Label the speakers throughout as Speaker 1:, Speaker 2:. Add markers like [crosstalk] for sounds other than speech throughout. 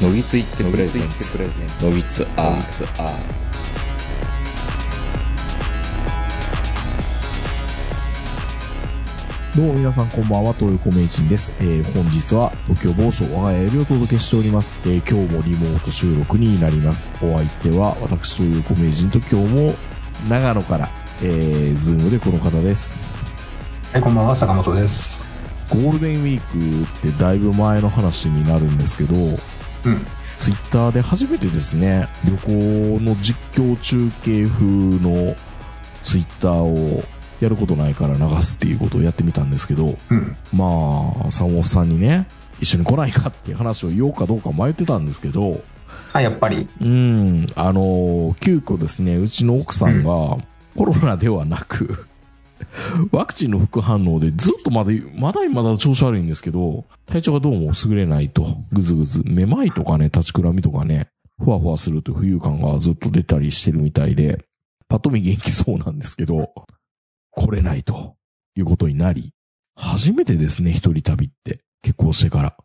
Speaker 1: のぎついってプレゼンツ
Speaker 2: プレゼン
Speaker 1: のぎつアーツア
Speaker 3: どうも皆さんこんばんは、東横名人です。えー、本日は東京暴走我が家よりお届けしております。えー、今日もリモート収録になります。お相手は私東横名人と今日も長野から、えー、ズームでこの方です。
Speaker 4: はい、こんばんは、坂本です。
Speaker 3: ゴールデンウィークってだいぶ前の話になるんですけど、
Speaker 4: うん。
Speaker 3: ツイッターで初めてですね、旅行の実況中継風のツイッターをやることないから流すっていうことをやってみたんですけど、
Speaker 4: うん。
Speaker 3: まあ、山本さんにね、一緒に来ないかっていう話を言おうかどうか迷ってたんですけど、
Speaker 4: あ、やっぱり。
Speaker 3: うん、あの、急遽ですね、うちの奥さんが、コロナではなく、 [laughs] ワクチンの副反応でずっとまだ、まだまだ調子悪いんですけど、体調がどうも優れないと、ぐずぐず、めまいとかね、立ちくらみとかね、ふわふわするという浮遊感がずっと出たりしてるみたいで、パッと見元気そうなんですけど、来れないということになり、初めてですね、一人旅って、結婚してから。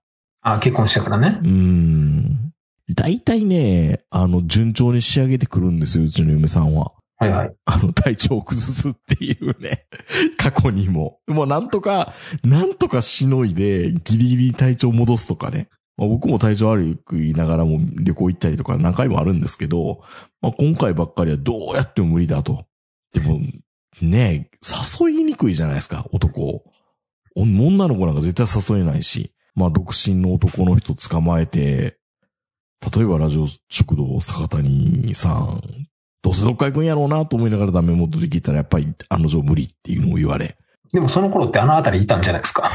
Speaker 4: あ、結婚してからね
Speaker 3: う。ーん。大体ね、あの、順調に仕上げてくるんですよ、うちの嫁さんは。
Speaker 4: はいはい。
Speaker 3: あの、体調を崩すっていうね、 [laughs] 過去にも。もうなんとか、なんとかしのいで、ギリギリ体調戻すとかね。まあ、僕も体調悪く言いながらも旅行行ったりとか何回もあるんですけど、まあ、今回ばっかりはどうやっても無理だと。でも、ね誘いにくいじゃないですか、男を。お女の子なんか絶対誘えないし、まあ、独身の男の人捕まえて、例えばラジオ食堂坂谷さんどうせどっか行くんやろうなと思いながらダメ元で聞いたらやっぱり案の定無理っていうのを言わ
Speaker 4: [laughs]
Speaker 3: れ。
Speaker 4: でもその頃ってあの辺りいたんじゃないですか。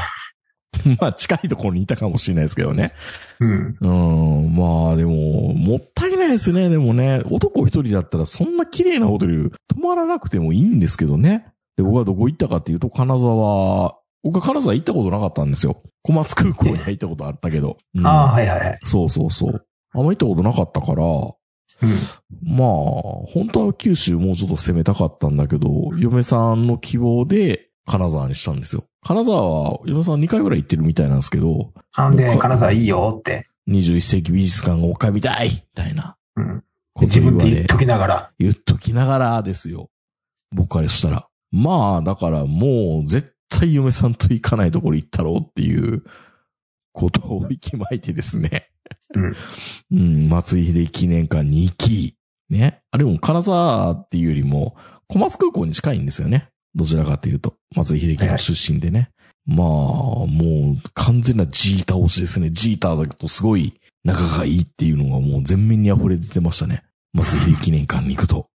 Speaker 3: まあ近いところにいたかもしれないですけどね。
Speaker 4: うん。
Speaker 3: うん、まあでも、もったいないですね。でもね、男一人だったらそんな綺麗なホテル泊まらなくてもいいんですけどね。で、僕はどこ行ったかっていうと金沢、僕は金沢行ったことなかったんですよ。小松空港には行ったことあったけど。うん
Speaker 4: ああ、はいはいはい。
Speaker 3: そうそうそう。あんま行ったことなかったから、
Speaker 4: うん。
Speaker 3: まあ、本当は九州もうちょっと攻めたかったんだけど、嫁さんの希望で金沢にしたんですよ。金沢は嫁さん2回ぐらい行ってるみたいなんですけど、
Speaker 4: あんで、金沢いいよって。
Speaker 3: 21世紀美術館がおかみたいみたいな
Speaker 4: うん。
Speaker 3: こと
Speaker 4: 自
Speaker 3: 言
Speaker 4: 分
Speaker 3: わ
Speaker 4: で言っ
Speaker 3: れ、
Speaker 4: ときながら。
Speaker 3: 言っときながらですよ。僕からしたら。まあ、だからもう絶対嫁さんと行かないところ行ったろうっていうことを息巻いてですね。
Speaker 4: うん。
Speaker 3: [laughs] うん、松井秀喜記念館に行き、ね。あれも金沢っていうよりも、小松空港に近いんですよね。どちらかというと。松井秀喜の出身でね。まあ、もう完全なジータ推しですね。ジータだとすごい仲がいいっていうのがもう全面に溢れ出てましたね。松井秀喜記念館に行くと。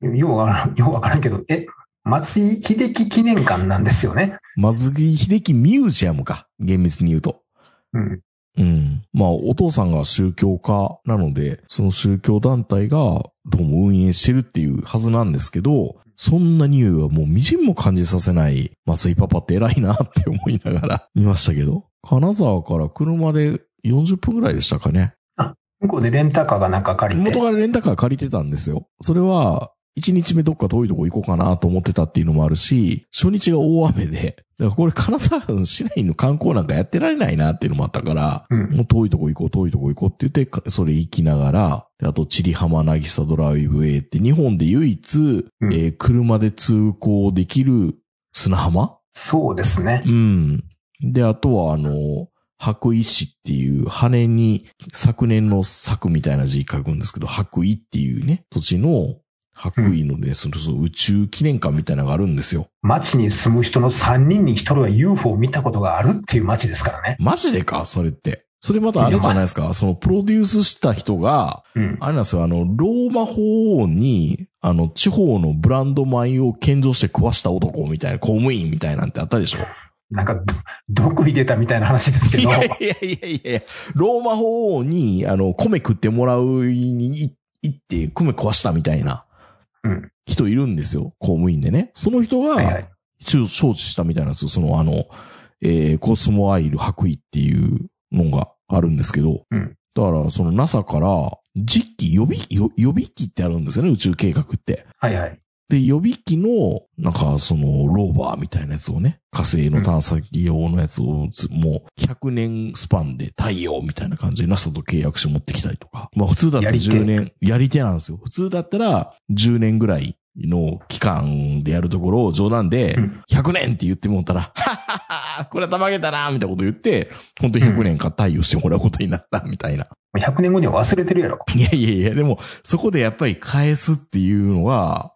Speaker 4: ようわからん、よう [laughs] わからんけど、え、松井秀喜記念館なんですよね。
Speaker 3: 松井秀喜ミュージアムか。厳密に言うと。
Speaker 4: うん。
Speaker 3: うん。まあ、お父さんが宗教家なので、その宗教団体がどうも運営してるっていうはずなんですけど、そんな匂いはもうみじんも感じさせない松井パパって偉いなって思いながら見ましたけど、金沢から車で40分ぐらいでしたかね。
Speaker 4: 向こうでレンタカーがなんか借りて
Speaker 3: 元。からレンタカー借りてたんですよ。それは、1日目どっか遠いとこ行こうかなと思ってたっていうのもあるし、初日が大雨で、だからこれ金沢市内の [laughs] 観光なんかやってられないなっていうのもあったから、
Speaker 4: うん。
Speaker 3: もう遠いとこ行こう、遠いとこ行こうって言ってか、それ行きながら、であと、チリ浜なぎさドライブウェイって日本で唯一、
Speaker 4: うん
Speaker 3: えー車で通行できる砂浜
Speaker 4: そうですね
Speaker 3: う。ん。で、あとはあの、白衣市っていう羽に昨年の作みたいな字書くんですけど、白衣っていうね、土地の白衣のね、そのその宇宙記念館みたいなのがあるんですよ。
Speaker 4: 街に住む人の3人に1人は UFO を見たことがあるっていう街ですからね。
Speaker 3: マジでかそれって。それまたあれじゃないですかそのプロデュースした人が、
Speaker 4: うん。
Speaker 3: あれなんですよ、あの、ローマ法王に、あの、地方のブランド米を献上して食わした男みたいな、公務員みたいなんてあったでしょ
Speaker 4: なんか、ど毒入れたみたいな話ですけ
Speaker 3: い
Speaker 4: ど。
Speaker 3: やいやいやいやいやローマ法王に、あの、米食ってもらうに行って、米食わしたみたいな
Speaker 4: うん。
Speaker 3: 人いるんですよ、公務員でね。その人
Speaker 4: はいは
Speaker 3: が、
Speaker 4: い。
Speaker 3: 一応承知したみたいなんですよ、その、あの、えーコスモアイル白衣っていうのがあるんですけど、
Speaker 4: うん
Speaker 3: だから、その NASA から、実機予備、予予備機ってあるんですよね、宇宙計画って。
Speaker 4: はいはい。
Speaker 3: で、予備機の、なんか、その、ローバーみたいなやつをね、火星の探査機用のやつをつ、もう、100年スパンで太陽みたいな感じで NASA と契約して持ってきたりとか。まあ、普通だったら
Speaker 4: やり手
Speaker 3: 10年、やり手なんですよ。普通だったら、10年ぐらいの期間でやるところを冗談で
Speaker 4: うん、
Speaker 3: 100年って言ってもったら、は [laughs] っはっはこれはたまげたなみたいなこと言って、本当に100年間対応してもらうことになった、みたいな。
Speaker 4: 100年後には忘れてるやろ。
Speaker 3: いやいやいや、でも、そこでやっぱり返すっていうのは、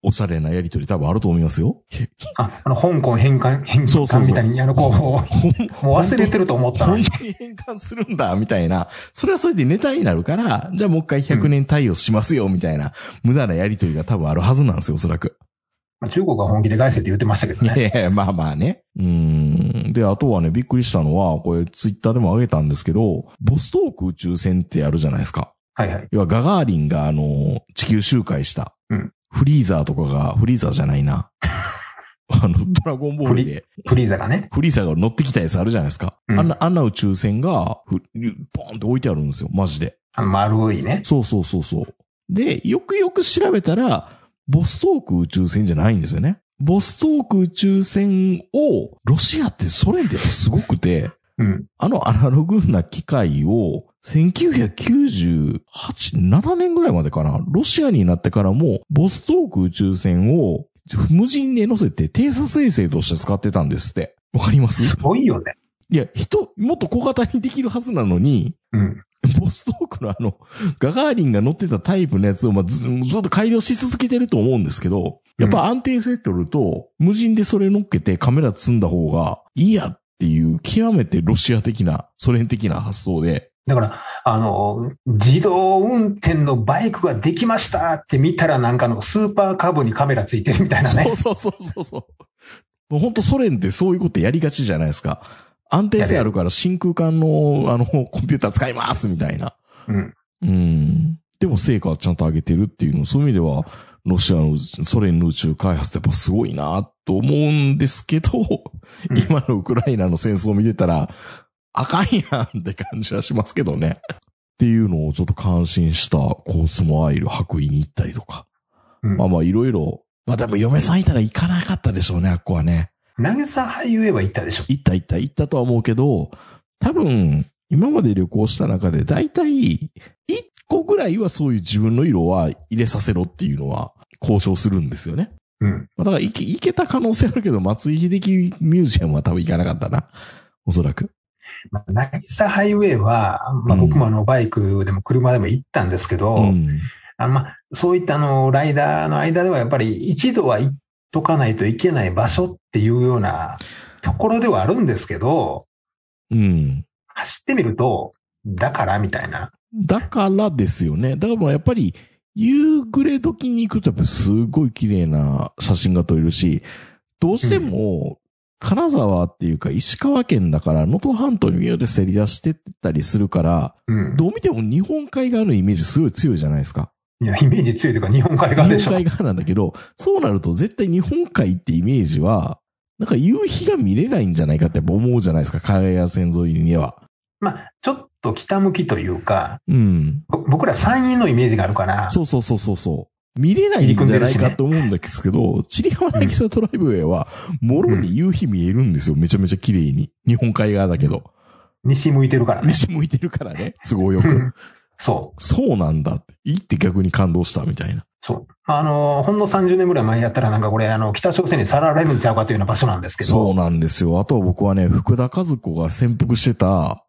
Speaker 3: おしゃれなやりとり多分あると思いますよ。
Speaker 4: あ、あの、香港返還、返
Speaker 3: そうそうそう
Speaker 4: 還みたいに、あの、こう、も
Speaker 3: ほん
Speaker 4: う忘れてると思ったの
Speaker 3: 本
Speaker 4: に。
Speaker 3: 当に変換するんだ、みたいな。それはそれでネタになるから、じゃあもう一回100年対応しますよ、みたいな、無駄なやりとりが多分あるはずなんですよ、おそらく。
Speaker 4: まあ中国は本気で返せって言ってましたけど
Speaker 3: いや
Speaker 4: ね。
Speaker 3: いや、まあまあね。うん。で、あとはね、びっくりしたのは、これツイッターでも上げたんですけど、ボストーク宇宙船ってあるじゃないですか。
Speaker 4: はいはい。
Speaker 3: 要はガガーリンがあの、地球周回した。
Speaker 4: うん
Speaker 3: フリーザーとかが、フリーザーじゃない
Speaker 4: [laughs]
Speaker 3: な。あの、ドラゴンボールで、
Speaker 4: フリーザがね。
Speaker 3: フリーザーが乗ってきたやつあるじゃないですか。
Speaker 4: うん
Speaker 3: あんな、あんな宇宙船が、ふポーンって置いてあるんですよ、マジで。
Speaker 4: あの丸いね。
Speaker 3: そうそうそうそう。で、よくよく調べたら、ボストーク宇宙船じゃないんですよね。ボストーク宇宙船を、ロシアってソ連ってやっぱすごくて、
Speaker 4: うん。
Speaker 3: あのアナログな機械を、1998、7年ぐらいまでかな、ロシアになってからも、ボストーク宇宙船を無人で乗せて偵察衛星として使ってたんですって。わかります
Speaker 4: すごいよね。
Speaker 3: いや、人、もっと小型にできるはずなのに、
Speaker 4: うん。
Speaker 3: ボストークのあの、ガガーリンが乗ってたタイプのやつを、まあ、ずずっと改良し続けてると思うんですけど、やっぱ安定性取ると、無人でそれ乗っけてカメラ積んだ方がいいやっていう、極めてロシア的な、ソ連的な発想で、
Speaker 4: だから、あの、自動運転のバイクができましたって見たら、なんかのスーパーカブにカメラついてるみたいな
Speaker 3: そ
Speaker 4: ね
Speaker 3: う。そうそうそうそう。もう本当ソ連ってそういうことやりがちじゃないですか。安定性あるから真空管の、あの、コンピューター使いますみたいな。
Speaker 4: うん。
Speaker 3: うん。でも成果はちゃんと上げてるっていうの、そういう意味では、ロシアの、ソ連の宇宙開発ってやっぱすごいなと思うんですけど、
Speaker 4: うん
Speaker 3: 今のウクライナの戦争を見てたら、あかんやんって感じはしますけどね。っていうのをちょっと感心したコースモアイル白衣に行ったりとか。
Speaker 4: うん
Speaker 3: まあまあいろいろ。まあでも嫁さんいたら行かなかったでしょうね、あっこはね。
Speaker 4: 投げさハイウェイは行ったでしょ。
Speaker 3: 行った行った行ったとは思うけど、多分、今まで旅行した中で大体、一個ぐらいはそういう自分の色は入れさせろっていうのは交渉するんですよね。
Speaker 4: うん。
Speaker 3: まあだから行け行けた可能性あるけど、松井秀喜ミュージアムは多分行かなかったな。おそらく。
Speaker 4: まあ、投げさハイウェイは、まあ、
Speaker 3: うん
Speaker 4: 僕もあの、バイクでも車でも行ったんですけど、
Speaker 3: うん。
Speaker 4: あまあ、そういったあの、ライダーの間ではやっぱり一度は行っとかないといけない場所っていうようなところではあるんですけど、
Speaker 3: うん。
Speaker 4: 走ってみると、だからみたいな。
Speaker 3: だからですよね。だからもうやっぱり、夕暮れ時に行くとやっぱすごい綺麗な写真が撮れるし、どうしても、金沢っていうか石川県だから、能登半島に見ようでせり出してったりするから、
Speaker 4: うん。
Speaker 3: どう見ても日本海側のイメージすごい強いじゃないですか。
Speaker 4: いや、イメージ強いというか、日本海
Speaker 3: 日
Speaker 4: 側
Speaker 3: 本
Speaker 4: でしょ。
Speaker 3: 海側なんだけど、そうなると絶対日本海ってイメージは、なんか夕日が見れないんじゃないかってやっぱ思うじゃないですか、海岸線沿いには。
Speaker 4: まあ、ちょっと北向きというか、
Speaker 3: うん。
Speaker 4: ぼ僕ら山陰のイメージがあるから、
Speaker 3: そうそうそうそうそう。見れないんじゃないかと思うんですけど、チリハマナキサトライブウェイは、もろに夕日見えるんですよ。めちゃめちゃ綺麗に。日本海側だけど。
Speaker 4: 西向いてるからね。
Speaker 3: 西向いてるからね。都合よ
Speaker 4: う
Speaker 3: く。
Speaker 4: んそう。
Speaker 3: そうなんだって。いいって逆に感動したみたいな。
Speaker 4: そう。まああの、ほんの30年ぐらい前やったら、なんかこれ、あの、北朝鮮にさらわれるんちゃうかというような場所なんですけど、
Speaker 3: そうなんですよ。あとは僕はね、福田和子が潜伏してた、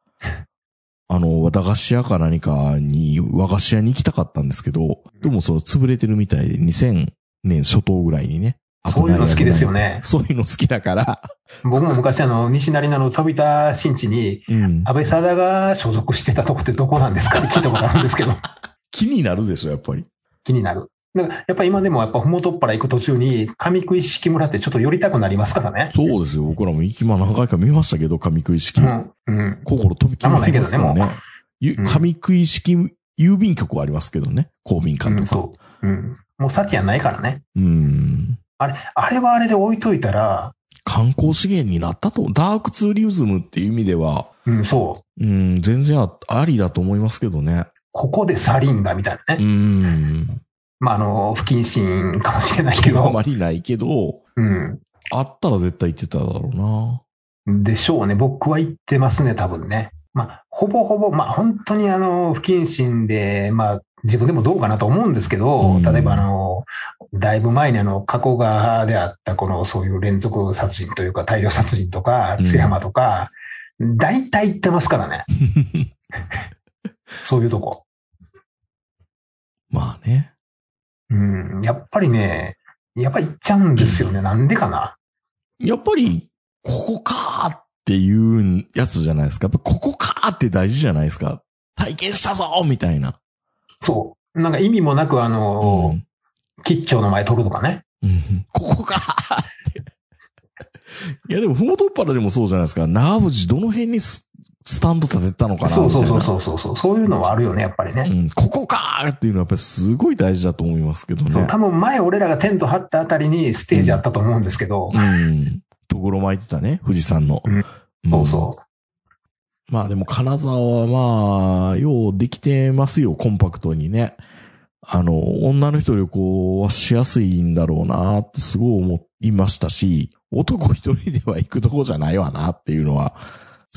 Speaker 3: あの、駄菓子屋か何かに、和菓子屋に行きたかったんですけど、でもその潰れてるみたいで、2000年初頭ぐらいにね。
Speaker 4: そういうの好きですよ
Speaker 3: ね。
Speaker 4: ね。
Speaker 3: そういうの好きだから、
Speaker 4: 僕も昔、あの、西成の飛田新地に、
Speaker 3: うん。
Speaker 4: 安倍貞が所属してたとこってどこなんですかって聞いたことあるんですけど、
Speaker 3: 気になるでしょ、やっぱり。
Speaker 4: 気になる。だからやっぱ今でもやっぱ麓っ腹行く途中に上食い式村ってちょっと寄りたくなりますからね。
Speaker 3: そうですよ。僕らも行きま何回か見ましたけど、紙食い式。
Speaker 4: うん。うん。
Speaker 3: 心飛び切りました
Speaker 4: なんもないけどねもう
Speaker 3: ゆ
Speaker 4: うん
Speaker 3: 紙食い式郵便局はありますけどね。公民
Speaker 4: う
Speaker 3: 館
Speaker 4: ん、
Speaker 3: とか。
Speaker 4: そう。うん。もう先やないからね。
Speaker 3: うん。
Speaker 4: あれ、あれはあれで置いといたら、
Speaker 3: 観光資源になったと。ダークツーリズムっていう意味では、
Speaker 4: うん、そう。
Speaker 3: うん、全然あありだと思いますけどね。
Speaker 4: ここでサリンがみたいな
Speaker 3: う
Speaker 4: ね。
Speaker 3: ん。
Speaker 4: まあ、あの、不謹慎かもしれないけ
Speaker 3: あ
Speaker 4: ど、
Speaker 3: まりないけど、
Speaker 4: うん。
Speaker 3: あったら絶対行ってただろうな。 [laughs]
Speaker 4: でしょうね。僕は行ってますね、多分ね。まあ、ほぼほぼ、まあ、本当にあの、不謹慎で、まあ、自分でもどうかなと思うんですけど、
Speaker 3: うん
Speaker 4: 例えばあの、だいぶ前にあの、加古川であった、この、そういう連続殺人というか、大量殺人とか、
Speaker 3: うん
Speaker 4: 津山とか、大体行ってますからね。そういうとこ。
Speaker 3: まあね。
Speaker 4: うん。やっぱりね、やっぱり行っちゃうんですよね。なんでかな。
Speaker 3: やっぱり、ここかーっていうやつじゃないですか。やっぱここかーって大事じゃないですか。体験したぞーみたいな。
Speaker 4: そう。なんか意味もなく、あの、
Speaker 3: うん
Speaker 4: 吉兆の前取るとかね。
Speaker 3: うんここかー
Speaker 4: [laughs]
Speaker 3: って。いやでも、ふもとっぱらでもそうじゃないですか。長渕どの辺にススタンド立てたのかなみたい
Speaker 4: そ
Speaker 3: な
Speaker 4: うそうそうそうそうそう。そういうのはあるよね、やっぱりね。
Speaker 3: うん、ここかーっていうのはやっぱりすごい大事だと思いますけど
Speaker 4: そう
Speaker 3: ね。
Speaker 4: 多分前俺らがテント張ったあたりにステージあったと思うんですけど、
Speaker 3: うん。ところ巻いてたね、富士山の。
Speaker 4: うん
Speaker 3: ん
Speaker 4: そうそ
Speaker 3: まあでも金沢はまあ、ようできてますよ、コンパクトにね。あの、女の人旅行はしやすいんだろうなってすごい思いましたし、男一人では行くとこじゃないわなっていうのは、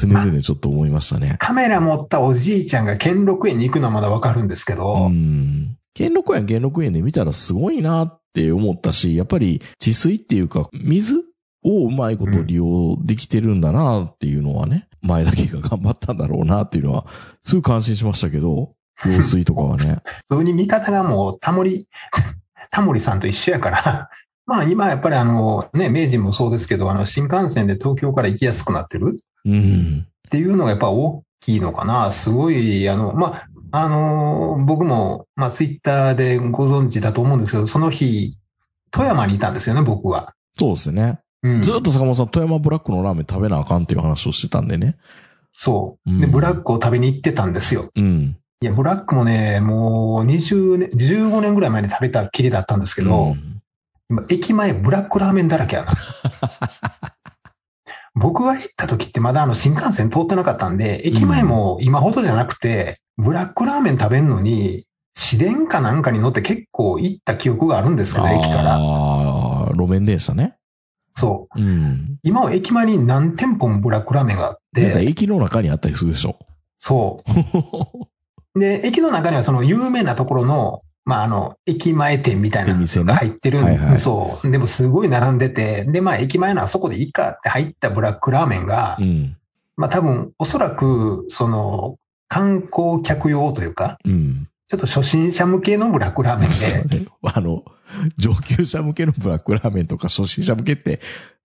Speaker 3: 常々ちょっと思いましたね。
Speaker 4: カメラ持ったおじいちゃんが兼六園に行くのはまだわかるんですけど、
Speaker 3: うん。兼六園、兼六園で見たらすごいなって思ったし、やっぱり治水っていうか、水をうまいこと利用できてるんだなっていうのはね、前だけが頑張ったんだろうなっていうのは、すごい感心しましたけど、用水とかは
Speaker 4: [laughs]
Speaker 3: ね。
Speaker 4: それに味方がもうタモリ、 [laughs] タモリさんと一緒やから、 [laughs] まあ今やっぱりあの、ね、明治もそうですけど、あの、新幹線で東京から行きやすくなってる
Speaker 3: うん。
Speaker 4: っていうのがやっぱ大きいのかな。すごい、あの、まあ、あのー、僕も、まあ、ツイッターでご存知だと思うんですけど、その日、富山にいたんですよね、僕は。
Speaker 3: そうですね。
Speaker 4: うん。
Speaker 3: ずっと坂本さん、富山ブラックのラーメン食べなあかんっていう話をしてたんでね。
Speaker 4: そう。
Speaker 3: う
Speaker 4: で、
Speaker 3: ん
Speaker 4: ブラックを食べに行ってたんですよ。
Speaker 3: うん。
Speaker 4: いや、ブラックもね、もう20年、15年ぐらい前に食べたきりだったんですけ
Speaker 3: う
Speaker 4: ど、
Speaker 3: ん
Speaker 4: 今駅前ブラックラーメンだらけやな。 [laughs] 僕が行った時ってまだあの新幹線通ってなかったんで、駅前も今ほどじゃなくて、ブラックラーメン食べるのに、市電かなんかに乗って結構行った記憶があるんですけど、駅から。
Speaker 3: ああ、路面電車ね。
Speaker 4: そう。
Speaker 3: うん。
Speaker 4: 今は駅前に何店舗もブラックラーメンがあっ
Speaker 3: なんか
Speaker 4: て、
Speaker 3: 駅の中にあったりするでし
Speaker 4: [laughs]
Speaker 3: ょ。
Speaker 4: そう。で、駅の中にはその有名なところの、まあ、あの、駅前店みたいな
Speaker 3: 出店
Speaker 4: の
Speaker 3: ね
Speaker 4: が入ってるん
Speaker 3: はいはい
Speaker 4: そう。でもすごい並んでて、で、まあ、駅前のあそこでいいかって入ったブラックラーメンが
Speaker 3: う、ん。
Speaker 4: まあ多分、おそらく、その、観光客用というか、
Speaker 3: うん。
Speaker 4: ちょっと初心者向けのブラックラ
Speaker 3: [laughs]
Speaker 4: ーメン
Speaker 3: ちょっ
Speaker 4: で
Speaker 3: と、ね、あの、上級者向けのブラックラーメンとか初心者向けって、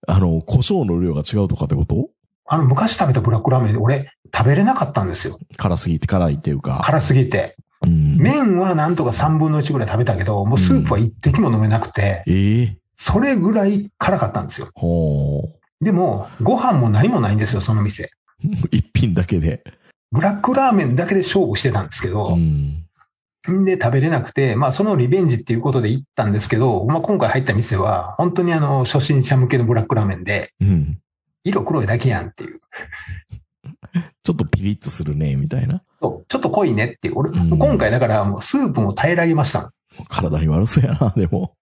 Speaker 3: あの、胡椒の量が違うとかってこと
Speaker 4: あの、昔食べたブラックラーメンで俺、食べれなかったんですよ。
Speaker 3: 辛すぎて辛いっていうか。
Speaker 4: 辛すぎて。
Speaker 3: うん、
Speaker 4: 麺はなんとか3分の1ぐらい食べたけど、もうスープは一滴も飲めなくて、
Speaker 3: ええ
Speaker 4: それぐらい辛かったんですよ。
Speaker 3: ほう。
Speaker 4: でも、ご飯も何もないんですよ、その店。
Speaker 3: [laughs] 一品だけで。
Speaker 4: ブラックラーメンだけで勝負してたんですけ
Speaker 3: う
Speaker 4: ど、
Speaker 3: ん。
Speaker 4: で食べれなくて、まあそのリベンジっていうことで行ったんですけど、まあ今回入った店は、本当にあの、初心者向けのブラックラーメンで、
Speaker 3: うん。
Speaker 4: 色黒いだけやんっていう。
Speaker 3: ちょっとピリッとするね、みたいな。
Speaker 4: そうちょっと濃いねっていう。俺、
Speaker 3: うん
Speaker 4: 今回だからもうスープも平らげました。
Speaker 3: 体に悪そうやな、で [laughs] も。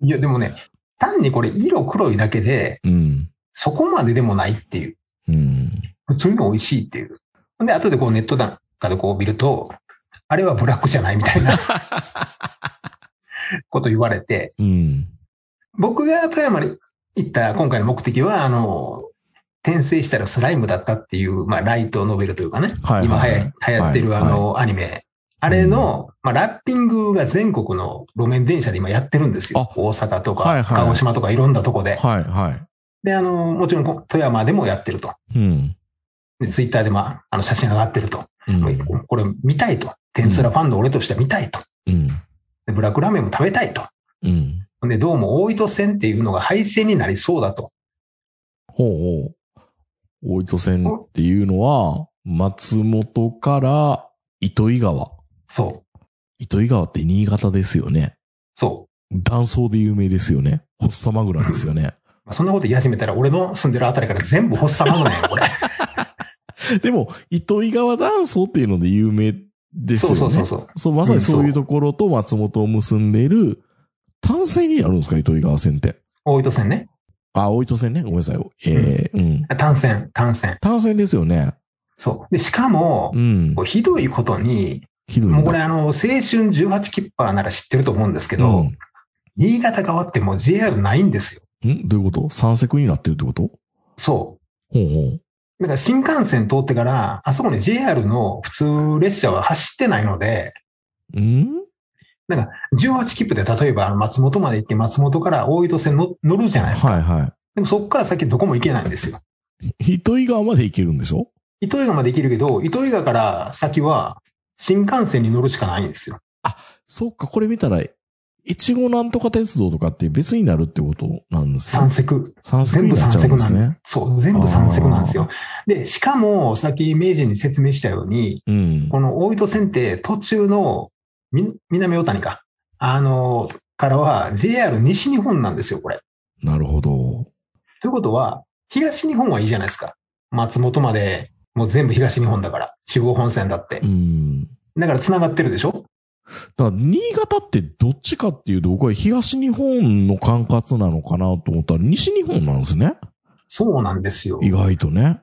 Speaker 4: いや、でもね、単にこれ色黒いだけで、
Speaker 3: うん。
Speaker 4: そこまででもないっていう。
Speaker 3: うん。
Speaker 4: 普通の美味しいっていう。で、後でこうネットなんかでこう見ると、あれはブラックじゃないみ
Speaker 3: [laughs]
Speaker 4: たいなこと言われて、
Speaker 3: うん。
Speaker 4: 僕が富山に行った今回の目的は、あの、転生したらスライムだったっていう、まあ、ライトノベルというかね、
Speaker 3: はい
Speaker 4: 今
Speaker 3: はい
Speaker 4: 流行流行ってる
Speaker 3: は
Speaker 4: あ
Speaker 3: いはい
Speaker 4: の、アニメ。あれの、まあ、ラッピングが全国の路面電車で今やってるんですよ
Speaker 3: あ。
Speaker 4: 大阪と
Speaker 3: はいは
Speaker 4: か、
Speaker 3: い
Speaker 4: 鹿児島とかいろんなとこで。
Speaker 3: はい、は
Speaker 4: で、あの、もちろんこ富山でもやってると。
Speaker 3: い。うん。
Speaker 4: で、ツイッターでまあ、あの、写真上がってると。
Speaker 3: うん。
Speaker 4: これ見たいと。テンスラファンの俺としては見たいと。
Speaker 3: うん。
Speaker 4: で、ブラックラーメンも食べたいと。
Speaker 3: うん。
Speaker 4: で、どうも大糸線っていうのが廃線になりそうだと。
Speaker 3: ほうほう。大糸線っていうのは、松本から糸魚川。
Speaker 4: そう。
Speaker 3: 糸魚川って新潟ですよね。
Speaker 4: そ
Speaker 3: 断層で有名ですよね。ホッサマグナですよね。
Speaker 4: う。まあそんなこと言い始めたら、俺の住んでるあたりから全部発作マグナやん、これ。
Speaker 3: でも、糸魚川断層っていうので有名 [laughs] ですよ
Speaker 4: そう
Speaker 3: ね。
Speaker 4: そうそうそう。
Speaker 3: そう、まさにそういうところと松本を結んでいる、単線になるんですか、糸魚川線って。
Speaker 4: 大糸線ね。
Speaker 3: あ、大糸線ね。ごめんなさい。えー、うん。
Speaker 4: 単線、単線。
Speaker 3: 単線ですよね。
Speaker 4: そう。で、しかも
Speaker 3: う、ん
Speaker 4: こ。うひどいことに、
Speaker 3: ひどいな。
Speaker 4: もうこれあの、青春18切符なら知ってると思うんですけど、
Speaker 3: うん
Speaker 4: 新潟側ってもう JR ないんですよ。
Speaker 3: んどういうこと三石になってるってこと
Speaker 4: そ
Speaker 3: ほうほう。
Speaker 4: う。だから新幹線通ってから、あそこに JR の普通列車は走ってないので、
Speaker 3: うん
Speaker 4: 18切符で例えばあの松本まで行って松本から大糸線の乗るじゃないですか。
Speaker 3: はいは
Speaker 4: でもそこから先どこも行けないんですよ。
Speaker 3: い。糸魚川まで行けるんでしょ
Speaker 4: 糸魚川まで行けるけど、糸魚川から先は新幹線に乗るしかないんですよ。
Speaker 3: そっか、これ見たら、いちごなんとか鉄道とかって別になるってことなんです
Speaker 4: 三
Speaker 3: ね。
Speaker 4: 石。
Speaker 3: 三石
Speaker 4: 全
Speaker 3: に
Speaker 4: 部
Speaker 3: な
Speaker 4: 三
Speaker 3: っちゃ
Speaker 4: 石
Speaker 3: うんで
Speaker 4: なんですす
Speaker 3: ね。。
Speaker 4: そう、全部三石なんですよ。で、しかも、さっき明治に説明したように、
Speaker 3: うん。
Speaker 4: この大糸線って途中の、み、南大谷か。あの、からは JR 西日本なんですよ、これ。
Speaker 3: なるほど。
Speaker 4: ということは、東日本はいいじゃないですか。松本まで、もう全部東日本だから。中央本線だって
Speaker 3: う。ん。
Speaker 4: だから繋がってるでしょ
Speaker 3: だから新潟ってどっちかっていうと、僕は東日本の管轄なのかなと思ったら、西日本なんですね。
Speaker 4: そうなんですよ。
Speaker 3: 意外とね。
Speaker 4: だか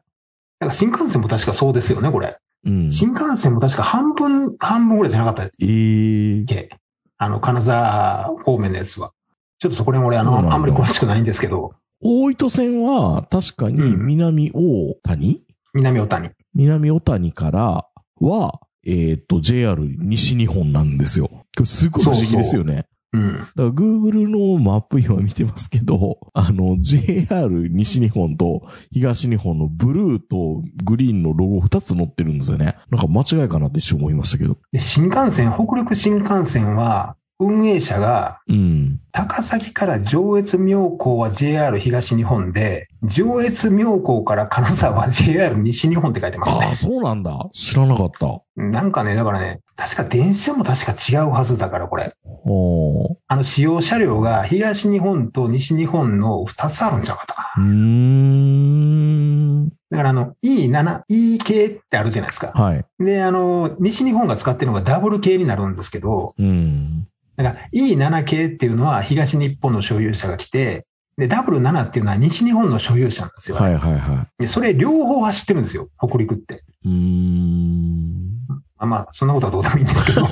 Speaker 4: ら新幹線も確かそうですよね、これ。
Speaker 3: うん。
Speaker 4: 新幹線も確か半分、半分ぐらいじゃなかったっ
Speaker 3: えー、
Speaker 4: けあの、金沢方面のやつは。ちょっとそこら辺俺、あ
Speaker 3: そうなん
Speaker 4: の、
Speaker 3: だ
Speaker 4: あんまり詳しくないんですけど、
Speaker 3: 大糸線は確かに
Speaker 4: うん
Speaker 3: 南大谷、
Speaker 4: 南小谷。
Speaker 3: 南小谷からは、えっ、と、JR 西日本なんですよ。これすごい不思議ですよね。
Speaker 4: うん。
Speaker 3: だから Google のマップ今見てますけど、あの、JR 西日本と東日本のブルーとグリーンのロゴ2つ載ってるんですよね。なんか間違いかなって一瞬思いましたけど。
Speaker 4: で、新幹線、北陸新幹線は、運営者が、
Speaker 3: うん。
Speaker 4: 高崎から上越妙高は JR 東日本で、上越妙高から金沢は JR 西日本って書いてます
Speaker 3: あ
Speaker 4: ね
Speaker 3: あ、。そうなんだ。知らなかった。は
Speaker 4: なんかね、だからね、確か電車も確か違うはずだから、これ。
Speaker 3: ー
Speaker 4: あの、使用車両が東日本と西日本の2つあるんちゃうかったか
Speaker 3: う
Speaker 4: な。
Speaker 3: ーん。
Speaker 4: だからあの E7、E 系ってあるじゃないですか。
Speaker 3: はい。
Speaker 4: で、あの、西日本が使ってるのがダブル系になるんですけど、
Speaker 3: うん。
Speaker 4: だから E7 系っていうのは東日本の所有者が来て、で、ダブル7っていうのは西日本の所有者なんですよ。
Speaker 3: はいはいは
Speaker 4: で、それ両方走ってるんですよ、北陸って。
Speaker 3: い。うーん。
Speaker 4: まあ、まあそんなことはどうでもいいんです
Speaker 3: [laughs]
Speaker 4: けど。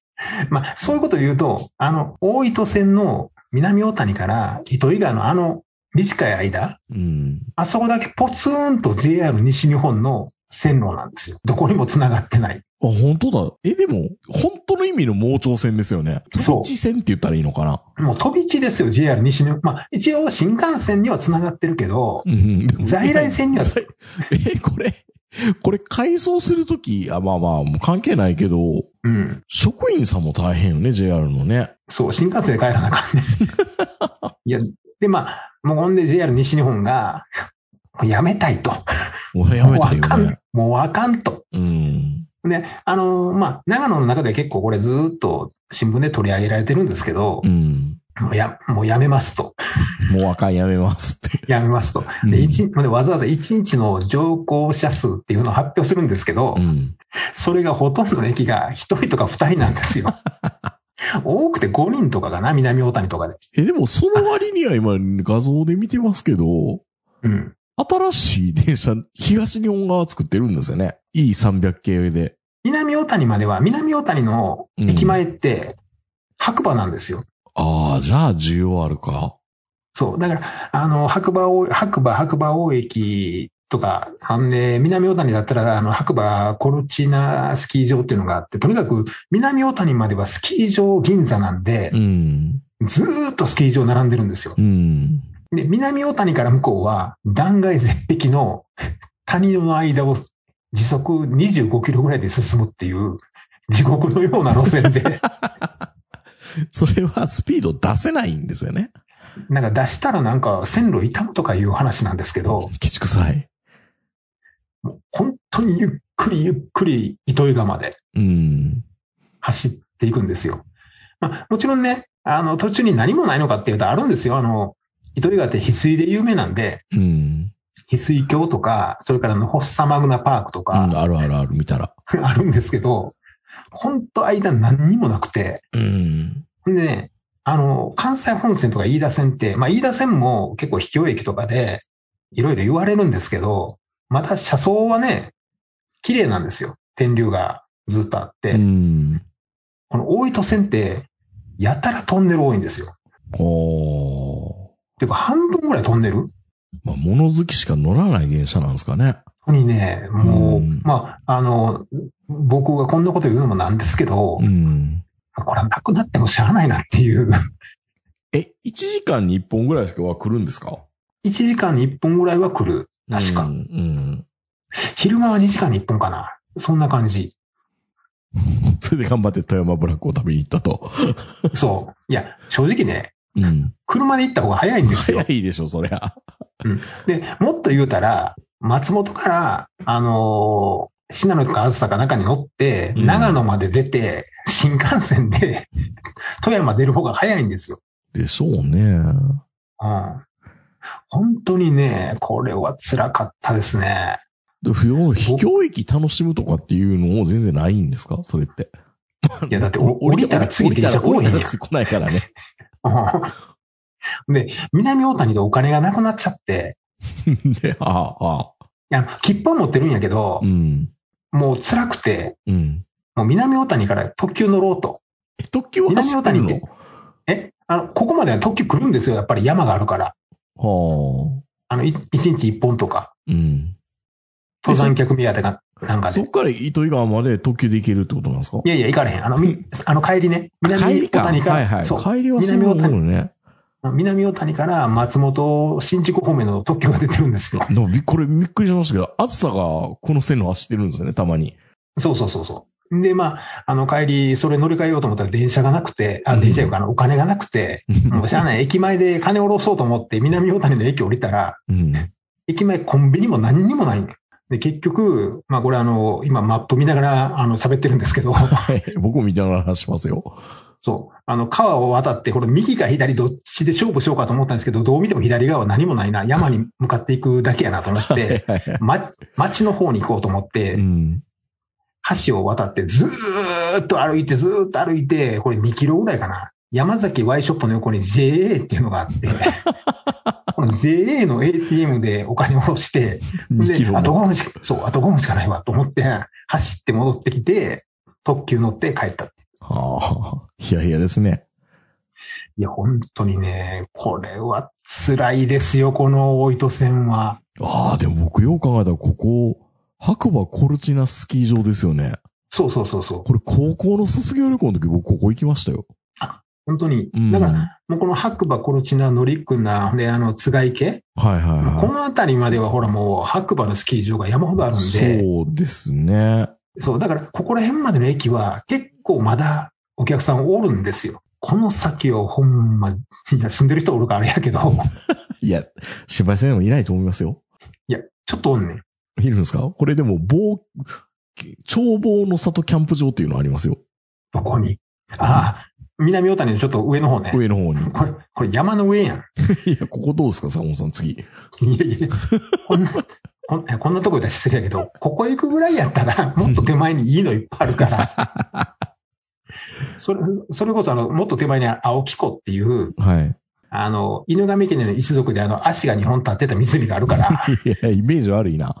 Speaker 4: [laughs] まあ、そういうことを言うと、あの、大糸線の南大谷から糸魚川のあの短い間、
Speaker 3: うん。
Speaker 4: あそこだけポツンと JR 西日本の線路なんですよ。どこにも繋がってない。
Speaker 3: あ、本当だ。え、でも、本当の意味の盲腸線ですよね。
Speaker 4: そ
Speaker 3: 飛
Speaker 4: う
Speaker 3: び地線って言ったらいいのかな。
Speaker 4: もう飛び地ですよ、JR 西日本。まあ、一応新幹線には繋がってるけど、
Speaker 3: うん。でも
Speaker 4: 在来線には
Speaker 3: 在え、これ、これ改装するとき、あ、まあまあ、もう関係ないけど、
Speaker 4: うん。
Speaker 3: 職員さんも大変よね、JR のね。
Speaker 4: そう、新幹線で帰らなあか
Speaker 3: [laughs]
Speaker 4: んね。いや、で、まあ、もうほんで JR 西日本が、もうやめたいと。
Speaker 3: 俺やめ
Speaker 4: もう
Speaker 3: た
Speaker 4: あ
Speaker 3: い
Speaker 4: か
Speaker 3: よ
Speaker 4: ん
Speaker 3: ね。。
Speaker 4: もうあかんと。
Speaker 3: うん。
Speaker 4: で、あのーまあ、長野の中では結構これずーっと新聞で取り上げられてるんですけど
Speaker 3: う、ん。
Speaker 4: もうや、もうやめますと。
Speaker 3: もうあかん、やめますって。
Speaker 4: [laughs] やめますと。
Speaker 3: うん
Speaker 4: で、一日、まあわざわざ1日の乗降者数っていうのを発表するんですけど、
Speaker 3: うん。
Speaker 4: それがほとんどの駅が1人とか2人なんですよ。多くて5人とかかな、南大谷とかで。
Speaker 3: え、でもその割には今画像で見てますけど、
Speaker 4: うん。
Speaker 3: 新しい電車、東日本側作ってるんですよね。E300 系で。
Speaker 4: 南大谷までは、南大谷の駅前って白馬なんですよ。
Speaker 3: ああ、じゃあ需要あるか。
Speaker 4: そう。だから、あの、白馬大、白馬、白馬大駅とか、あのね、南大谷だったら、あの、白馬コルチナスキー場っていうのがあって、とにかく南大谷まではスキー場銀座なんで
Speaker 3: う、ん。
Speaker 4: ずーっとスキー場並んでるんですよ。
Speaker 3: うん。
Speaker 4: で、南大谷から向こうは断崖絶壁の [laughs] 谷の間を時速25キロぐらいで進むっていう地獄のような路線で、
Speaker 3: それはスピード出せないんですよね。
Speaker 4: なんか出したらなんか線路傷むとかいう話なんですけど、
Speaker 3: ケチくさい。
Speaker 4: もう本当にゆっくりゆっくり糸魚川まで
Speaker 3: うん。
Speaker 4: 走っていくんですよ。まあ、もちろんね、あの、途中に何もないのかっていうとあるんですよ。あの、糸魚川って翡翠で有名なんで、
Speaker 3: うん。
Speaker 4: 翡翠峡とか、それからあのホッサマグナパークと
Speaker 3: う
Speaker 4: か [laughs]
Speaker 3: ん、あるあるある、見たら。
Speaker 4: あるんですけど、本当間何にもなくて。
Speaker 3: うん。
Speaker 4: でね、あの、関西本線とか飯田線って、まあ飯田線も結構秘境駅とかで、いろいろ言われるんですけど、また車窓はね、綺麗なんですよ。天竜がずっとあって。
Speaker 3: うん。
Speaker 4: この大糸線って、やたらトンネル多いんですよ。
Speaker 3: おー。
Speaker 4: ていうか半分ぐらいトンネル
Speaker 3: まあ、物好きしか乗らない電車なんですかね。
Speaker 4: 本当にね、も
Speaker 3: う
Speaker 4: う、
Speaker 3: ん
Speaker 4: まあ、あの、僕がこんなこと言うのもなんですけど、
Speaker 3: うん。
Speaker 4: これはなくなってもしゃあないなっていう、
Speaker 3: え、1時間に1本ぐらいしかは来るんですか
Speaker 4: 1時間に1本ぐらいは来る。確か。
Speaker 3: うん。
Speaker 4: 昼間は2時間に1本かな。そんな感じ。
Speaker 3: うんそれで頑張って富山ブラックを食べに行ったと。
Speaker 4: そう。いや、正直ね、
Speaker 3: うん。
Speaker 4: 車で行った方が早いんですよ
Speaker 3: 早。いでしょ、そりゃ。
Speaker 4: で、もっと言うたら、松本から、あのー信濃とか梓か中に乗って、
Speaker 3: うん
Speaker 4: 長野まで出て、新幹線で富山出る方が早いんですよ。
Speaker 3: でしょうね。
Speaker 4: うん。本当にね、これは辛かったですね。
Speaker 3: で、不要、秘境駅楽しむとかっていうのも全然ないんですかそれって。
Speaker 4: いや、だってお降りたら次電車来
Speaker 3: 降
Speaker 4: お
Speaker 3: り
Speaker 4: へ
Speaker 3: た
Speaker 4: ん
Speaker 3: ら
Speaker 4: や
Speaker 3: 次来ないから
Speaker 4: [laughs]
Speaker 3: ね。
Speaker 4: ん。うん [laughs] で、南大谷でお金がなくなっちゃって、
Speaker 3: で、ああ、ああ。
Speaker 4: いや、切符は持ってるんやけど
Speaker 3: う、ん。
Speaker 4: もう辛くて、
Speaker 3: うん。
Speaker 4: もう南大谷から特急乗ろうと。
Speaker 3: え特急は走ってるの
Speaker 4: 南大えあの、ここまでは特急来るんですよ。やっぱり山があるから。
Speaker 3: は
Speaker 4: あの、い一日一本と
Speaker 3: あ。
Speaker 4: か、
Speaker 3: うん。
Speaker 4: 登山客目当てが、なんか
Speaker 3: そ
Speaker 4: で
Speaker 3: っ。から糸魚川まで特急で行けるってことなんですか
Speaker 4: いやいや、行かれへん。あの、みあの帰りね。
Speaker 3: 帰り
Speaker 4: 南
Speaker 3: か。
Speaker 4: 大
Speaker 3: はい
Speaker 4: 谷から、
Speaker 3: はい。
Speaker 4: そう。
Speaker 3: 帰りはそういうことね。
Speaker 4: 南大谷から松本、新宿方面の特急が出てるんですよ。
Speaker 3: でもびこれびっくりしましたけど、暑さがこの線路走ってるんですよね、たまに。
Speaker 4: そうそうそうそう。で、まあ、あの、帰り、それ乗り換えようと思ったら電車がなくて、あ、
Speaker 3: うん
Speaker 4: 電車よかな、お金がなくて、もうしゃあない、駅前で金を下ろそうと思って、南大谷の駅降りたら、
Speaker 3: うん。
Speaker 4: 駅前コンビニも何にもないねんで、結局、まあ、これあの、今マップ見ながら、あの、喋ってるんです
Speaker 3: [laughs]
Speaker 4: けど、
Speaker 3: はい。 [laughs] 僕も見たら話しますよ。
Speaker 4: そう。あの、川を渡って、これ右か左どっちで勝負しようかと思ったんですけど、どう見ても左側は何もないな。山に向かっていくだけやなと思っ
Speaker 3: はい
Speaker 4: て、
Speaker 3: はいはい。
Speaker 4: ま、町の方に行こうと思って
Speaker 3: う、ん。
Speaker 4: 橋を渡ってずーっと歩いて、ずーっと歩いて、これ2キロぐらいかな。山崎ワイショップの横に JA っていうのがあ
Speaker 3: [laughs]
Speaker 4: って、この JA の ATM でお金を下ろして、
Speaker 3: 2キ
Speaker 4: で、
Speaker 3: ロ
Speaker 4: あと
Speaker 3: も。
Speaker 4: 5分しか、そう、あと5分しかないわと思って、走って戻ってきて、特急乗って帰ったっていう
Speaker 3: はあ。いやいやですね。
Speaker 4: いや、本当にね、これは辛いですよ、この大糸線は。
Speaker 3: ああ、でも僕よう考えたらここ、白馬コルチナスキー場ですよね。
Speaker 4: そうそうそうそう。
Speaker 3: これ高校の卒業旅行の時僕ここ行きましたよ。
Speaker 4: 本当に
Speaker 3: う。ん。
Speaker 4: だから、
Speaker 3: はい
Speaker 4: もうこの白馬、コルチナ、ノリックナ、で、あの、津賀池。
Speaker 3: はい
Speaker 4: こ
Speaker 3: は
Speaker 4: の辺りまではほらもう白馬のスキー場が山ほどある
Speaker 3: い。
Speaker 4: んで、
Speaker 3: そうですね。
Speaker 4: そう、だからここら辺までの駅は結構まだお客さんおるんですよ。この先をほんま、いや、住んでる人おるからあれやけど、 [laughs]
Speaker 3: いや、心配せんでもいないと思いますよ。
Speaker 4: ちょっとおんねん。
Speaker 3: いるんですかこれでも、棒、眺望の里キャンプ場っていうのありますよ。
Speaker 4: どこに。ああ、南大谷のちょっと上の方ね。
Speaker 3: 上の方
Speaker 4: [laughs]
Speaker 3: に。
Speaker 4: これ、これ山の上やん。
Speaker 3: いや、ここどうですか坂本さん、
Speaker 4: [laughs]
Speaker 3: 次。
Speaker 4: いやいや、こんな、こんこんなとこ言ったら失礼やけど、ここ行くぐらいやったら、もっと手前にいいのいっぱいある
Speaker 3: [laughs]
Speaker 4: から。それ、それこそあの、もっと手前に青木湖っていう、
Speaker 3: はい。
Speaker 4: あの、犬神家の一族であの、足が2本立ってた湖があるから、
Speaker 3: いや、イメージ悪いな。 [laughs]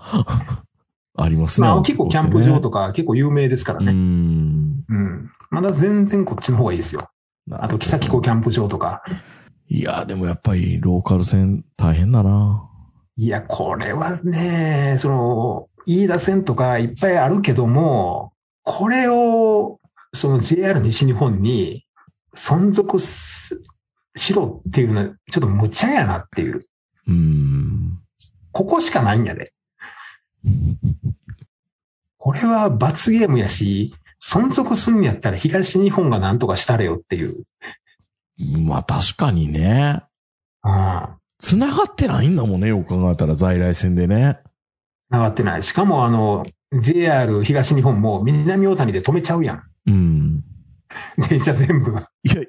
Speaker 3: あり [laughs] ますね。
Speaker 4: まあ、青木湖キャンプ場と
Speaker 3: か
Speaker 4: か結構有名ですから
Speaker 3: うー
Speaker 4: ね。
Speaker 3: ん。
Speaker 4: うん。まだ全然こっちの方がいいですよ。あと、木崎湖キャンプ場とか。
Speaker 3: いや、でもやっぱり、ローカル線大変だな。
Speaker 4: いや、これはね、その、飯田線とかいっぱいあるけども、これを、その JR 西日本に存続すしろっていうのは、ちょっと無茶やなっていう。
Speaker 3: うーん。
Speaker 4: ここしかないんやで。これは罰ゲームやし、存続すんやったら東日本が何とかしたれよっていう。
Speaker 3: まあ、確かにね。
Speaker 4: うん。
Speaker 3: 繋がってないんだもんね、よく考えたら、在来線でね。
Speaker 4: 繋がってない。しかもあの、JR 東日本も南大谷で止めちゃうやん。 [laughs]
Speaker 3: うん。
Speaker 4: 電車全部。
Speaker 3: いや、い行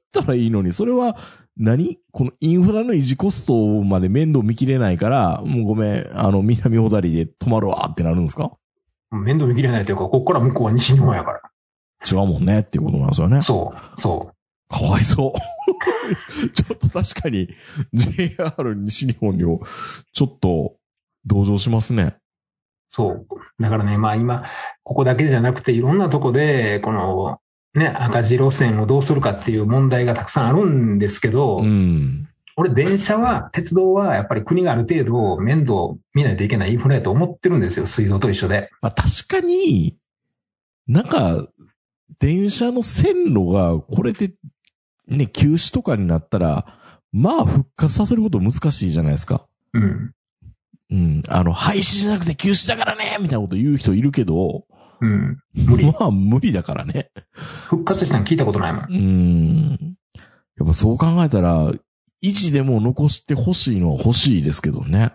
Speaker 3: ったらいいのに、それは何、このインフラの維持コストまで面倒見きれないから、もうごめん、あの、南小谷で泊まるわってなるんですか
Speaker 4: 面倒見きれないというか、ここから向こうは西日本やから。
Speaker 3: 違うもんねっていうことなんですよね。
Speaker 4: そう、そ
Speaker 3: かわいそう。 [laughs] ちょっと確かに JR 西日本にもちょっと同情しますね。
Speaker 4: う、そう。だからね、まあ今、ここだけじゃなくて、いろんなとこで、この、ね、赤字路線をどうするかっていう問題がたくさんあるんですけど、
Speaker 3: うん。
Speaker 4: 俺、電車は、鉄道は、やっぱり国がある程度面倒見ないといけないインフラやと思ってるんですよ、水道と一緒で。
Speaker 3: まあ確かに、なんか、電車の線路がこれでね、休止とかになったら、まあ復活させること難しいじゃないですか。
Speaker 4: うん。
Speaker 3: うん。あの、廃止じゃなくて休止だからねみたいなこと言う人いるけど、
Speaker 4: うん。無理。
Speaker 3: まあ無理だからね。
Speaker 4: 復活したの聞いたことないもん
Speaker 3: う。ーん。やっぱそう考えたら、維持でも残してほしいのは欲しいですけどね。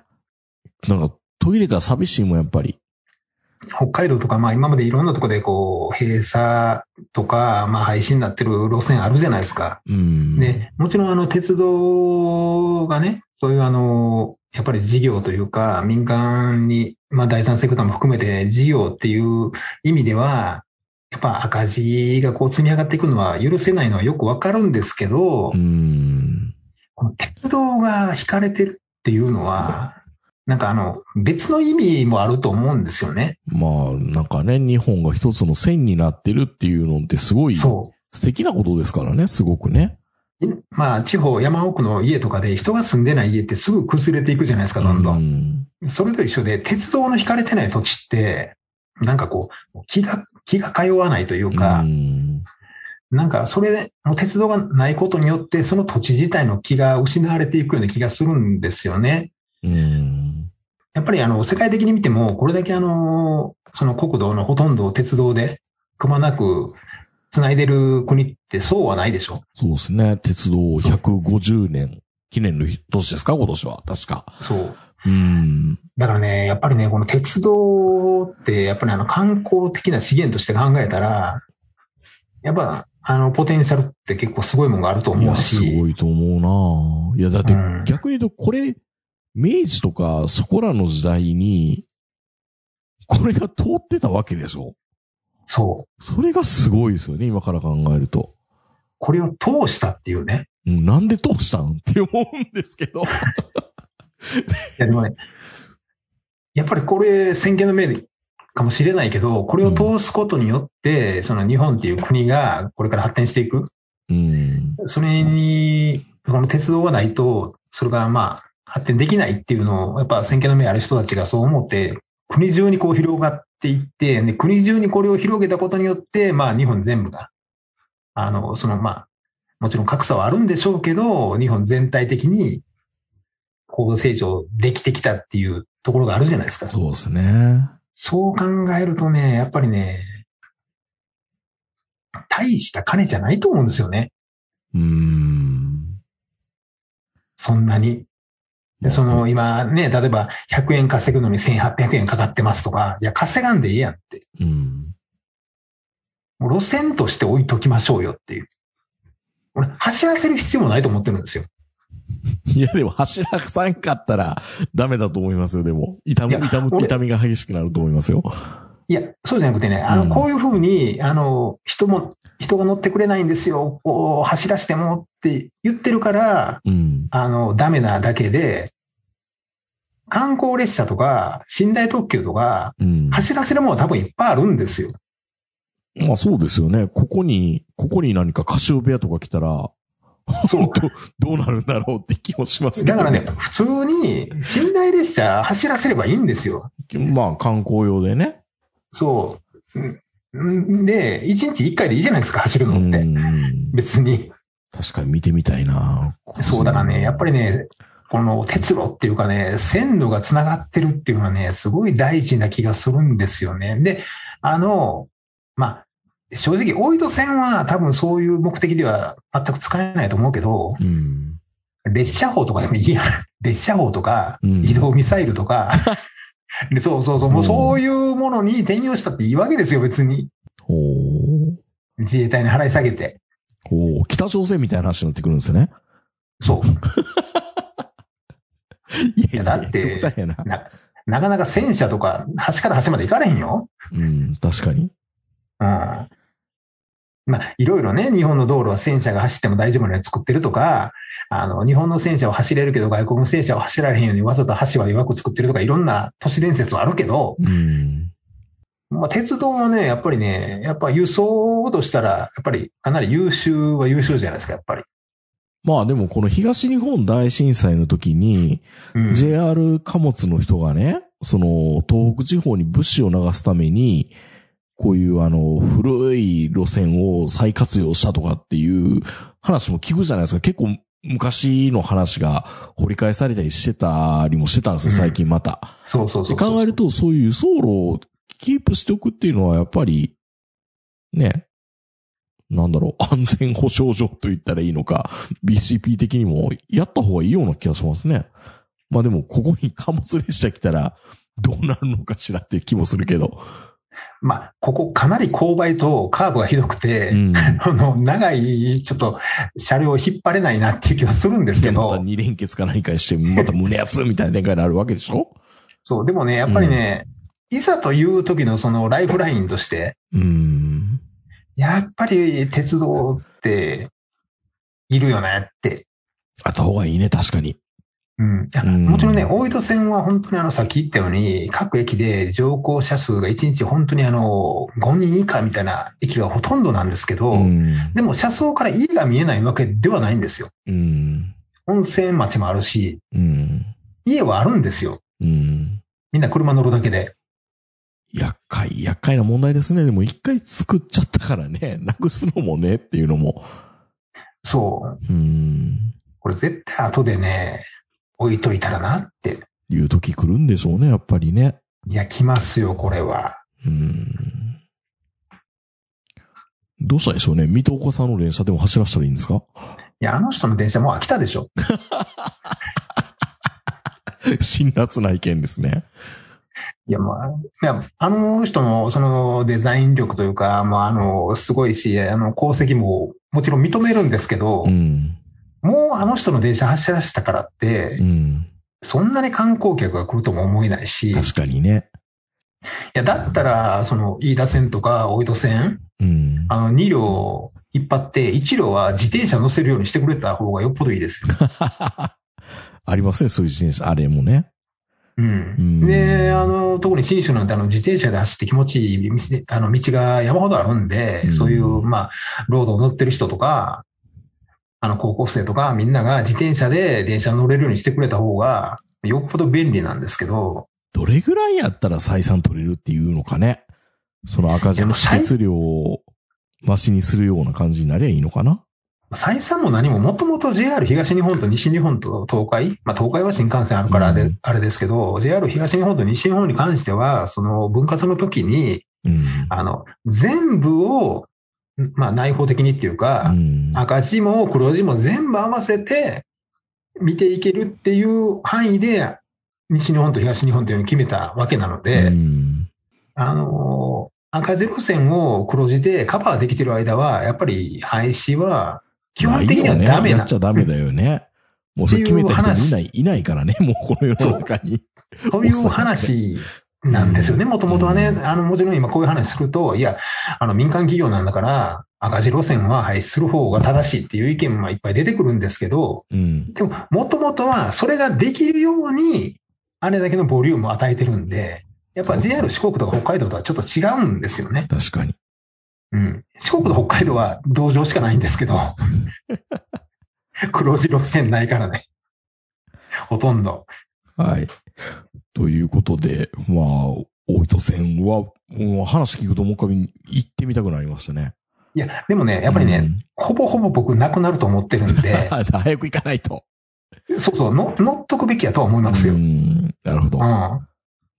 Speaker 3: なんか、途切れたら寂しいもん、やっぱり。
Speaker 4: 北海道とか、まあ今までいろんなとこでこう、閉鎖とか、まあ廃止になってる路線あるじゃないですか。
Speaker 3: うん。。
Speaker 4: で、もちろんあの鉄道がね、そういうあの、やっぱり事業というか、民間に、まあ第三セクターも含めて事業っていう意味では、やっぱ赤字がこう積み上がっていくのは許せないのはよくわかるんですけど
Speaker 3: うー、ん。
Speaker 4: この鉄道が引かれてるっていうのは、なんかあの、別の意味もあると思うんですよね。
Speaker 3: まあ、なんかね、日本が一つの線になってるっていうのってすごい素
Speaker 4: そう。
Speaker 3: 敵なことですからね、すごくね。
Speaker 4: まあ、地方、山奥の家とかで人が住んでない家ってすぐ崩れていくじゃないですか、どんど。
Speaker 3: うんん。
Speaker 4: それと一緒で、鉄道の引かれてない土地って、なんかこう、気が、気が通わないというか
Speaker 3: う、ん
Speaker 4: なんかそれで、もう鉄道がないことによって、その土地自体の気が失われていくような気がするんですよね。
Speaker 3: うん。
Speaker 4: やっぱりあの、世界的に見ても、これだけあの、その国土のほとんどを鉄道で、くまなく繋いでる国ってそうはないでしょ。
Speaker 3: そうですね。鉄道150年記念の年ですか、今年は。確か。
Speaker 4: そう。
Speaker 3: うん。
Speaker 4: だからね、やっぱりね、この鉄道って、やっぱりあの観光的な資源として考えたら、やっぱ、あの、ポテンシャルって結構すごいものがあると
Speaker 3: い
Speaker 4: 思
Speaker 3: や、
Speaker 4: う
Speaker 3: す
Speaker 4: し、
Speaker 3: ごいと思うないや、だって
Speaker 4: うん
Speaker 3: 逆に言うと、これ、明治とかそこらの時代に、これが通ってたわけでしょ
Speaker 4: そう。
Speaker 3: それがすごいですよね、今から考えると。
Speaker 4: これを通したっていうね。
Speaker 3: うんなんで通したんって思うんですけ
Speaker 4: [laughs]
Speaker 3: ど。
Speaker 4: いや、でもね、やっぱりこれ先見の明かもしれないけど、これを通すことによって、その日本っていう国がこれから発展していく。
Speaker 3: うん。
Speaker 4: それに、この鉄道がないと、それがまあ、発展できないっていうのを、やっぱ先見の目ある人たちがそう思って、国中にこう広がっていって、で国中にこれを広げたことによって、まあ、日本全部が、あの、そのまあ、もちろん格差はあるんでしょうけど、日本全体的に高度成長できてきたっていうところがあるじゃないですか。
Speaker 3: そうですね。
Speaker 4: そう考えるとね、やっぱりね、大した金じゃないと思うんですよね。
Speaker 3: うん。
Speaker 4: そんなに。で、その、今ね、例えば100円稼ぐのに1800円かかってますとか、いや、稼がんでいいやんって。
Speaker 3: うん。
Speaker 4: もう路線として置いときましょうよっていう。俺、走らせる必要もないと思ってるんですよ。
Speaker 3: いや、でも、柱さんかったら、ダメだと思いますよ、でも。痛む、
Speaker 4: いや
Speaker 3: 痛む、
Speaker 4: 俺
Speaker 3: 痛みが激しくなると思いますよ。
Speaker 4: いや、そうじゃなくてね、あ
Speaker 3: う
Speaker 4: の、
Speaker 3: ん
Speaker 4: こういうふうに、あの、人も、人が乗ってくれないんですよ、こう、走らせてもって言ってるから、
Speaker 3: うん。
Speaker 4: あの、ダメなだけで、観光列車とか、寝台特急とか、
Speaker 3: うん。
Speaker 4: 走らせるものは多分いっぱいあるんで
Speaker 3: [laughs]
Speaker 4: すよ。
Speaker 3: まあそうですよね。ここに、ここに何かカシオペアとか来たら、
Speaker 4: そう
Speaker 3: 本当どうなるんだろうって気もしますけ
Speaker 4: だ
Speaker 3: ど、
Speaker 4: からね、普通に寝台列車走らせればいいんですよ。
Speaker 3: まあ観光用でね。
Speaker 4: そう。んんで、1日1回でいいじゃないですか、走る
Speaker 3: う
Speaker 4: のって。
Speaker 3: ん。
Speaker 4: 別に。
Speaker 3: 確かに見てみたいな。
Speaker 4: そうだからね、やっぱ
Speaker 3: り。
Speaker 4: りね、この鉄路っていうかね、線路が繋がってるっていうのはね、すごい大事な気がするんですよね。で、あの、まあ、正直、大井戸線は多分そういう目的では全く使えないと思うけど、
Speaker 3: うん。
Speaker 4: 列車法とかでもいいやん。 [laughs] 列車法とか、
Speaker 3: うん
Speaker 4: 移動ミサイルと
Speaker 3: [laughs]
Speaker 4: か、でそうそうそう、もうそういうものに転用したっていいわけですよ、別に。
Speaker 3: おー
Speaker 4: 自衛隊に払い下げて。
Speaker 3: おー北朝鮮みたいな話になってくるんですね。
Speaker 4: そう。
Speaker 3: いやいや、
Speaker 4: だって
Speaker 3: 極端やな。
Speaker 4: ななかなか戦車とか、端から端まで行かれへんよ。
Speaker 3: うん、確かに。
Speaker 4: うん。まあ、いろいろね、日本の道路は戦車が走っても大丈夫なように作ってるとか、あの、日本の戦車を走れるけど外国の戦車を走られへんようにわざと橋は弱く作ってるとか、いろんな都市伝説はあるけど、
Speaker 3: うん。
Speaker 4: まあ、鉄道はね、やっぱりね、やっぱ輸送としたら、やっぱりかなり優秀は優秀じゃないですか、やっぱり。
Speaker 3: まあでもこの東日本大震災の時に、
Speaker 4: うん。
Speaker 3: JR 貨物の人がね、その東北地方に物資を流すために、こういうあの古い路線を再活用したとかっていう話も聞くじゃないですか。結構昔の話が掘り返されたりしてたりもしてたんですよ、
Speaker 4: うん
Speaker 3: 最近また。
Speaker 4: そうそうそうそう。
Speaker 3: で考えると、そういう輸送路をキープしておくっていうのは、やっぱり、ね、なんだろう、 [laughs] 安全保障上と言ったらいいのか、BCP 的にもやった方がいいような気がしますね。まあでも、ここに貨物列車来たら、どうなるのかしらっていう気もするけど。
Speaker 4: まあ、ここかなり勾配とカーブがひどくて、
Speaker 3: [laughs] うん。
Speaker 4: あの、長い、ちょっと、車両を引っ張れないなっていう気はするんですけ
Speaker 3: で、また
Speaker 4: ど、
Speaker 3: 二連結か何かにして、また胸熱みたいな展開になるわけでしょ
Speaker 4: そう、でもね、やっぱりね、いざという時のそのライフラインとして、
Speaker 3: うん。
Speaker 4: やっぱり鉄道って、いるよねって。
Speaker 3: あった方がいいね、確かに。
Speaker 4: うん。いや
Speaker 3: うん
Speaker 4: もちろんね、大糸線は本当にあの、さっき言ったように、各駅で乗降者数が1日本当にあの、5人以下みたいな駅がほとんどなんですけど、
Speaker 3: うん。
Speaker 4: でも車窓から家が見えないわけではないんですよ。
Speaker 3: うん。
Speaker 4: 温泉町もあるし、
Speaker 3: うん。
Speaker 4: 家はあるんですよ。
Speaker 3: うん。
Speaker 4: みんな車乗るだけで。
Speaker 3: 厄介、厄介な問題ですね。でも一回作っちゃったからね、 [laughs] なくすのもねっていうのも。
Speaker 4: そう。
Speaker 3: うーん。
Speaker 4: これ絶対後でね、置いといたらなって。
Speaker 3: いう時来るんでしょうね、やっぱりね。
Speaker 4: いや、来ますよ、これは。
Speaker 3: うーん。どうしたらいいでしょうね。水戸岡さんの連車でも走らせたらいいんですか [laughs]
Speaker 4: いや、あの人の電車もう飽きたでしょ。
Speaker 3: 辛辣な意見ですね。
Speaker 4: いや、まあ、いや、あの人のそのデザイン力というか、まあ、あの、すごいし、あの、功績ももちろん認めるんですけど、
Speaker 3: うん。
Speaker 4: もうあの人の電車走らせたからって、
Speaker 3: うん。
Speaker 4: そんなに観光客が来るとも思えないし、い
Speaker 3: 確かにね。
Speaker 4: や、だったら、その、飯田線とか大井戸線、
Speaker 3: うん。
Speaker 4: あの、2両引っ張って、1両は自転車乗せるようにしてくれた方がよっぽどいいですよ。
Speaker 3: [laughs] ありますね、そういう自転車。あれもね。
Speaker 4: うん。
Speaker 3: う
Speaker 4: で、
Speaker 3: ん
Speaker 4: あの、特に新州なんてあの自転車で走って気持ちいい道あの道が山ほどあるんで、
Speaker 3: うん
Speaker 4: そういう、まあ、ロードを乗ってる人とか、あの、高校生とか、みんなが自転車で電車乗れるようにしてくれた方が、よっぽど便利なんですけど、
Speaker 3: どれぐらいやったら採算取れるっていうのかね。その赤字の支出量を増しにするような感じになりゃいいのかな。
Speaker 4: 採算も何も、もともと JR 東日本と西日本と東海、まあ、東海は新幹線あるからあれ,、
Speaker 3: うん
Speaker 4: あれですけど、JR 東日本と西日本に関しては、その分割の時に、
Speaker 3: うん。
Speaker 4: あの、全部を、まあ、内包的にっていうか
Speaker 3: う、ん。
Speaker 4: 赤字も黒字も全部合わせて見ていけるっていう範囲で、西日本と東日本というのを決めたわけなので、
Speaker 3: うん
Speaker 4: あのー、赤字路線を黒字でカバーできてる間は、やっぱり廃止は、基本的には
Speaker 3: ないよね
Speaker 4: ダメ
Speaker 3: や
Speaker 4: な
Speaker 3: っちゃダメだよね。もうそれ決めた人いない、いないからね、 [laughs] もうこの世の中に。
Speaker 4: という話なんですよね。もともとはね、
Speaker 3: うん
Speaker 4: あの、もちろん今こういう話すると、いや、あの、民間企業なんだから、赤字路線は廃止する方が正しいっていう意見もいっぱい出てくるんですけど、
Speaker 3: うん。
Speaker 4: でも、もともとはそれができるように、あれだけのボリュームを与えてるんで、やっぱ JR 四国とか北海道とはちょっと違うんですよね。
Speaker 3: 確かに。
Speaker 4: うん。四国と北海道は同情しかないんですけど、 [laughs] 黒字路線ないからね。ほとんど。
Speaker 3: はい。ということで、まあ、大糸線は、もう話聞くともう一回行ってみたくなりましたね。
Speaker 4: いや、でもね、やっぱりね、
Speaker 3: うん。
Speaker 4: ほぼほぼ僕なくなると思ってるんで、
Speaker 3: 早く行かないと。
Speaker 4: そうそう、の乗っとくべきやとは思いますよ。
Speaker 3: う
Speaker 4: うん。
Speaker 3: ん。なるほど。
Speaker 4: ま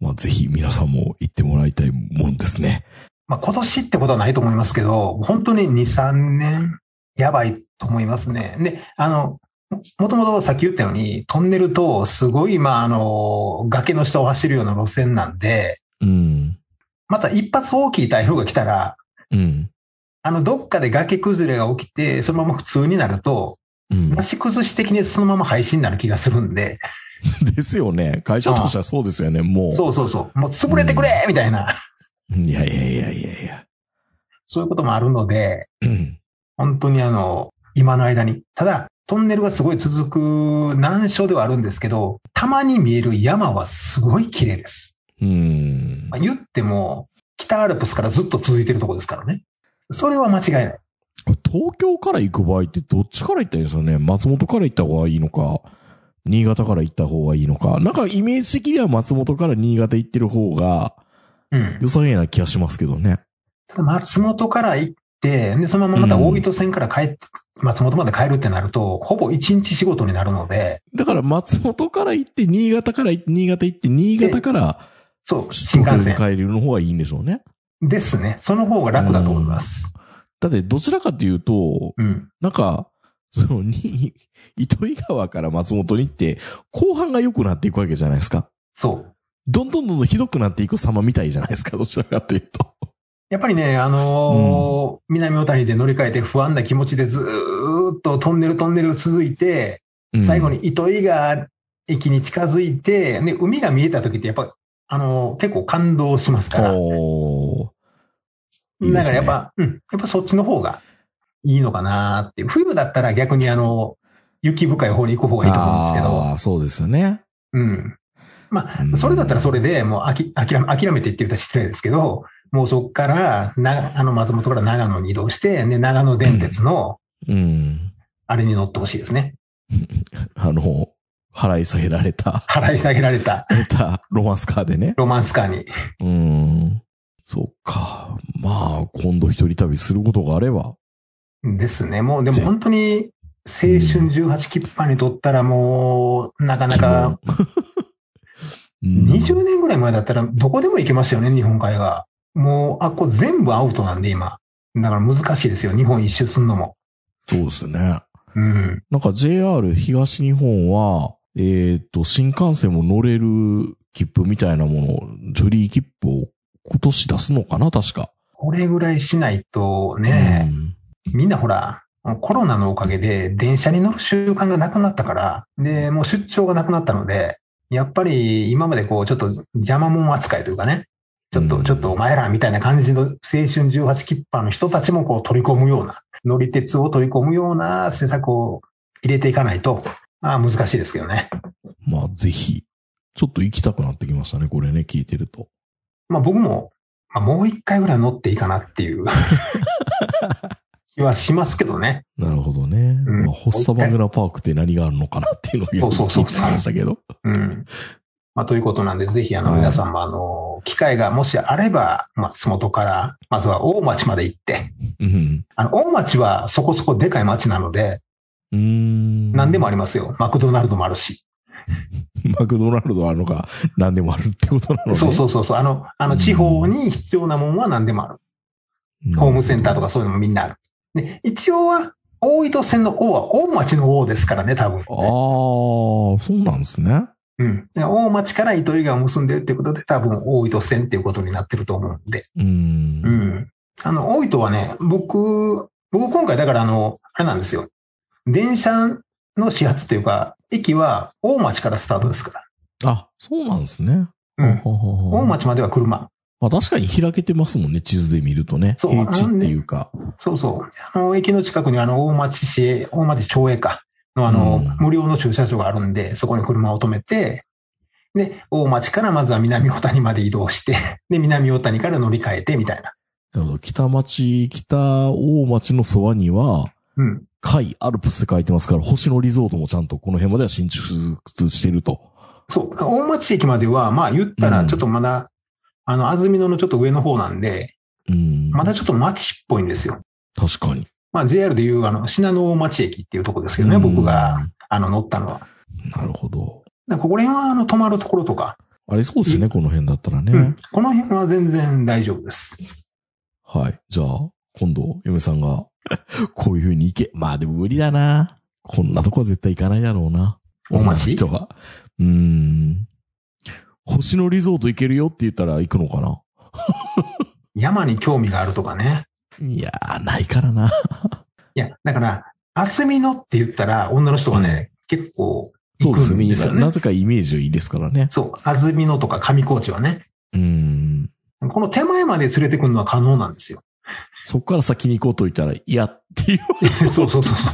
Speaker 3: まあ、ぜひ皆さんも行ってもらいたいもんですね。
Speaker 4: あ今年ってことはないと思いますけど、本当に2、3年やばいと思いますね。で、あの、ももともとさっき言ったように、トンネルとすごい、まあ、あの、崖の下を走るような路線なんで、
Speaker 3: うん。
Speaker 4: また一発大きい台風が来たら、
Speaker 3: うん。
Speaker 4: あの、どっかで崖崩れが起きて、そのまま普通になると、
Speaker 3: うん
Speaker 4: な。し崩し的にそのまま廃止になる気がするんで、
Speaker 3: [laughs] ですよね。会社としてはそうですよね、もう。
Speaker 4: そうそうそう、もう潰れてくれみたいな。
Speaker 3: いやいやいやいやいや。
Speaker 4: そういうこともあるので、
Speaker 3: うん。
Speaker 4: 本当にあの、今の間に。ただ、トンネルがすごい続く難所ではあるんですけど、たまに見える山はすごい綺麗です。
Speaker 3: うん
Speaker 4: まあ、。言っても、北アルプスからずっと続いてるとこですからね。それは間違いない。
Speaker 3: これ東京から行く場合ってどっちから行ったらいいんですかね松本から行った方がいいのか、新潟から行った方がいいのか。なんかイメージ的には松本から新潟行ってる方が
Speaker 4: うん。
Speaker 3: 良さげな気がしますけどね。
Speaker 4: ただ、松本から行って、で、そのまままた大糸線から帰って、松本まで帰るってなると、ほぼ一日仕事になるので、
Speaker 3: だから松本から行って、新潟から行って、新潟行って、新潟から
Speaker 4: そう、
Speaker 3: 新
Speaker 4: 新幹
Speaker 3: 幹線
Speaker 4: 線
Speaker 3: 帰るの方がいいんでしょうね。
Speaker 4: ですね。その方が楽だと思います。
Speaker 3: だってどちらかというと、
Speaker 4: うん。
Speaker 3: なんか、その、に、 [laughs] 糸魚川から松本に行って、後半が良くなっていくわけじゃないですか。
Speaker 4: そう。
Speaker 3: どんどんどんどんひどくなっていく様みたいじゃないですか、どちらかというと。
Speaker 4: やっぱりね、あのー南小谷で乗り換えて不安な気持ちでずーっとトンネルトンネル続いて、
Speaker 3: うん
Speaker 4: 最後に糸魚川駅に近づいて、で、海が見えた時ってやっぱ、あのー結構感動しますから。
Speaker 3: おーいいで
Speaker 4: だか
Speaker 3: す
Speaker 4: ら
Speaker 3: ね
Speaker 4: やっぱ、うん、やっぱそっちの方がいいのかなっていう。冬だったら逆にあの、雪深い方に行く方がいいと思うんですけど、
Speaker 3: ああ、そうですよね。
Speaker 4: うん。ま
Speaker 3: うん
Speaker 4: あ、それだったらそれでもうあき諦め諦めてって言ったら失礼ですけど、もうそこからな、あの松本から長野に移動して、で、長野電鉄の、
Speaker 3: うん。
Speaker 4: あれに乗ってほしいですね。
Speaker 3: あの、払い下げられた、
Speaker 4: 払い下げられた
Speaker 3: またロマンスカーでね。
Speaker 4: ロマンスカーに。
Speaker 3: うん。そっか。まあ、今度一人旅することがあれば。
Speaker 4: ですね。もうでも
Speaker 3: ぜ
Speaker 4: 本当に青春18切符にとったらもう、なかなか [laughs]
Speaker 3: うん、
Speaker 4: 20年ぐらい前だったらどこでも行けましたよね、日本海が。もう、あ、これ全部アウトなんで今。だから難しいですよ、日本一周すんのも。
Speaker 3: そうですね。
Speaker 4: うん。
Speaker 3: なんか JR 東日本は、えっ、と、新幹線も乗れる切符みたいなもの、ジョリー切符を今年出すのかな確か。
Speaker 4: これぐらいしないとね、みんなほら、コロナのおかげで電車に乗る習慣がなくなったから、で、もう出張がなくなったので、やっぱり今までこう、ちょっと邪魔者扱いというかね、ちょっ
Speaker 3: う
Speaker 4: と、
Speaker 3: ん
Speaker 4: ちょっとお前らみたいな感じの青春18切符の人たちもこう取り込むような、乗り鉄を取り込むような施策を入れていかないと、まあ難しいですけどね。
Speaker 3: うんまあ、ぜひ。ちょっと行きたくなってきましたね。これね、聞いてると。
Speaker 4: まあ僕も、まあ、もう一回ぐらい乗っていいかなっ
Speaker 3: [laughs]
Speaker 4: ていう気はしますけどね。
Speaker 3: なるほどね。
Speaker 4: うん
Speaker 3: まあ、ホッサバグナパークって何があるのかなっていうのを
Speaker 4: そう
Speaker 3: 聞
Speaker 4: そ
Speaker 3: いうて
Speaker 4: そう
Speaker 3: ましたけど。
Speaker 4: うん。まあということなんで、ぜひあの
Speaker 3: はい
Speaker 4: 皆さんもあの、機会がもしあれば、松本から、まずは大町まで行って、
Speaker 3: うん。
Speaker 4: あの、大町はそこそこでかい町なので、
Speaker 3: うーん。
Speaker 4: 何でもありますよ。マクドナルドもあるし。
Speaker 3: マクドナルドあるのか、何でもあるってことなので。
Speaker 4: そうそうそうそう。あの、あの、地方に必要なもんは何でもある。
Speaker 3: うん。
Speaker 4: ホームセンターとかそういうのもみんなある。で、一応は、大糸線の O は大町の O ですからね、多分、
Speaker 3: ああ、そうなんですね。
Speaker 4: うん。で大町から糸魚川を結んでるっていうことで、多分大糸線っていうことになってると思うんで。
Speaker 3: うーん。
Speaker 4: う。ん。あの、大糸はね、僕、僕今回だからあの、あれなんですよ。電車の始発というか、駅は大町からスタートですか
Speaker 3: あ、そうなんですね。
Speaker 4: ら。うん。
Speaker 3: 大
Speaker 4: 大町までは車。
Speaker 3: まあ確かに開けてますもんね、地図で見るとね。
Speaker 4: そう
Speaker 3: 平地っていうか。
Speaker 4: そうそう。あの、駅の近くにあの、大町市、大町町営か、のあの、
Speaker 3: うん
Speaker 4: 無料の駐車場があるんで、そこに車を止めて、で、大町からまずは南小谷まで移動して、で、南小谷から乗り換えてみたいな。
Speaker 3: なるほど北町、北大町のそばには、
Speaker 4: うん。
Speaker 3: 海、アルプスって書いてますから、星野リゾートもちゃんとこの辺までは進出してると。
Speaker 4: そう、大町駅までは、まあ言った
Speaker 3: う
Speaker 4: ら、
Speaker 3: ん
Speaker 4: ちょっとまだ、あの、安曇野のちょっと上の方なんで、
Speaker 3: うん。
Speaker 4: まだちょっと町っぽいんですよ。
Speaker 3: 確かに。
Speaker 4: まあ JR でいう、あの、信濃大町駅っていうとこですけどね、
Speaker 3: うん
Speaker 4: 僕が、あの、乗ったのは。だか
Speaker 3: なるほど。
Speaker 4: らここら辺は、あの、泊まるところとか、
Speaker 3: ありそうですね、この辺だったらね。
Speaker 4: うんこの辺は全然大丈夫です。
Speaker 3: はい。じゃあ、今度、嫁さんが、 [laughs] こういう風に行け。まあでも無理だな。こんなとこは絶対行かないだろうな。
Speaker 4: 大町
Speaker 3: 女の人は。うーん。星野リゾート行けるよって言ったら行くのかな
Speaker 4: 山に興味があるとかね。
Speaker 3: いやー、ないからな。
Speaker 4: いや、だから、安曇野って言ったら、女の人はね、結構
Speaker 3: そ
Speaker 4: 行
Speaker 3: う
Speaker 4: く
Speaker 3: です
Speaker 4: ん
Speaker 3: ね。
Speaker 4: ですよ
Speaker 3: な
Speaker 4: ね。
Speaker 3: ぜかイメージはいいですからね。
Speaker 4: そう、安曇野とか上高地はね。
Speaker 3: うーん。
Speaker 4: この手前まで連れてくるのは可能なんですよ。
Speaker 3: そっから先に行こうと言ったら、いやっていう。
Speaker 4: そうそうそうそう。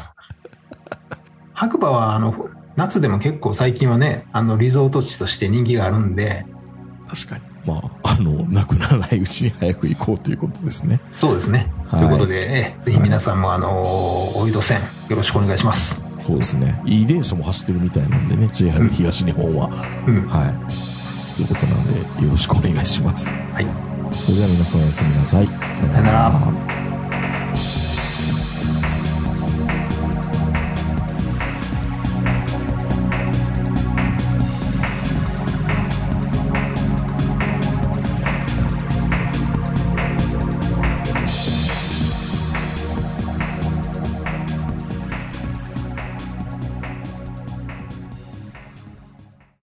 Speaker 4: 白馬はあの夏でも結構最近はね、あのリゾート地として人気があるんで、
Speaker 3: 確かに。まあ、あの、なくならないうちに早く行こうということですね。
Speaker 4: そうですね。
Speaker 3: はい
Speaker 4: ということで、ええぜひ皆さんもあのー、お移動線よろしくお願いします。
Speaker 3: そうですね。いい電車も走ってるみたいなんでね、JR 東日本は。
Speaker 4: うん。
Speaker 3: はい。ということなんで、よろしくお願いします。
Speaker 4: はい。
Speaker 3: それでは皆さんおやすみなさい。さよ
Speaker 4: さよなら。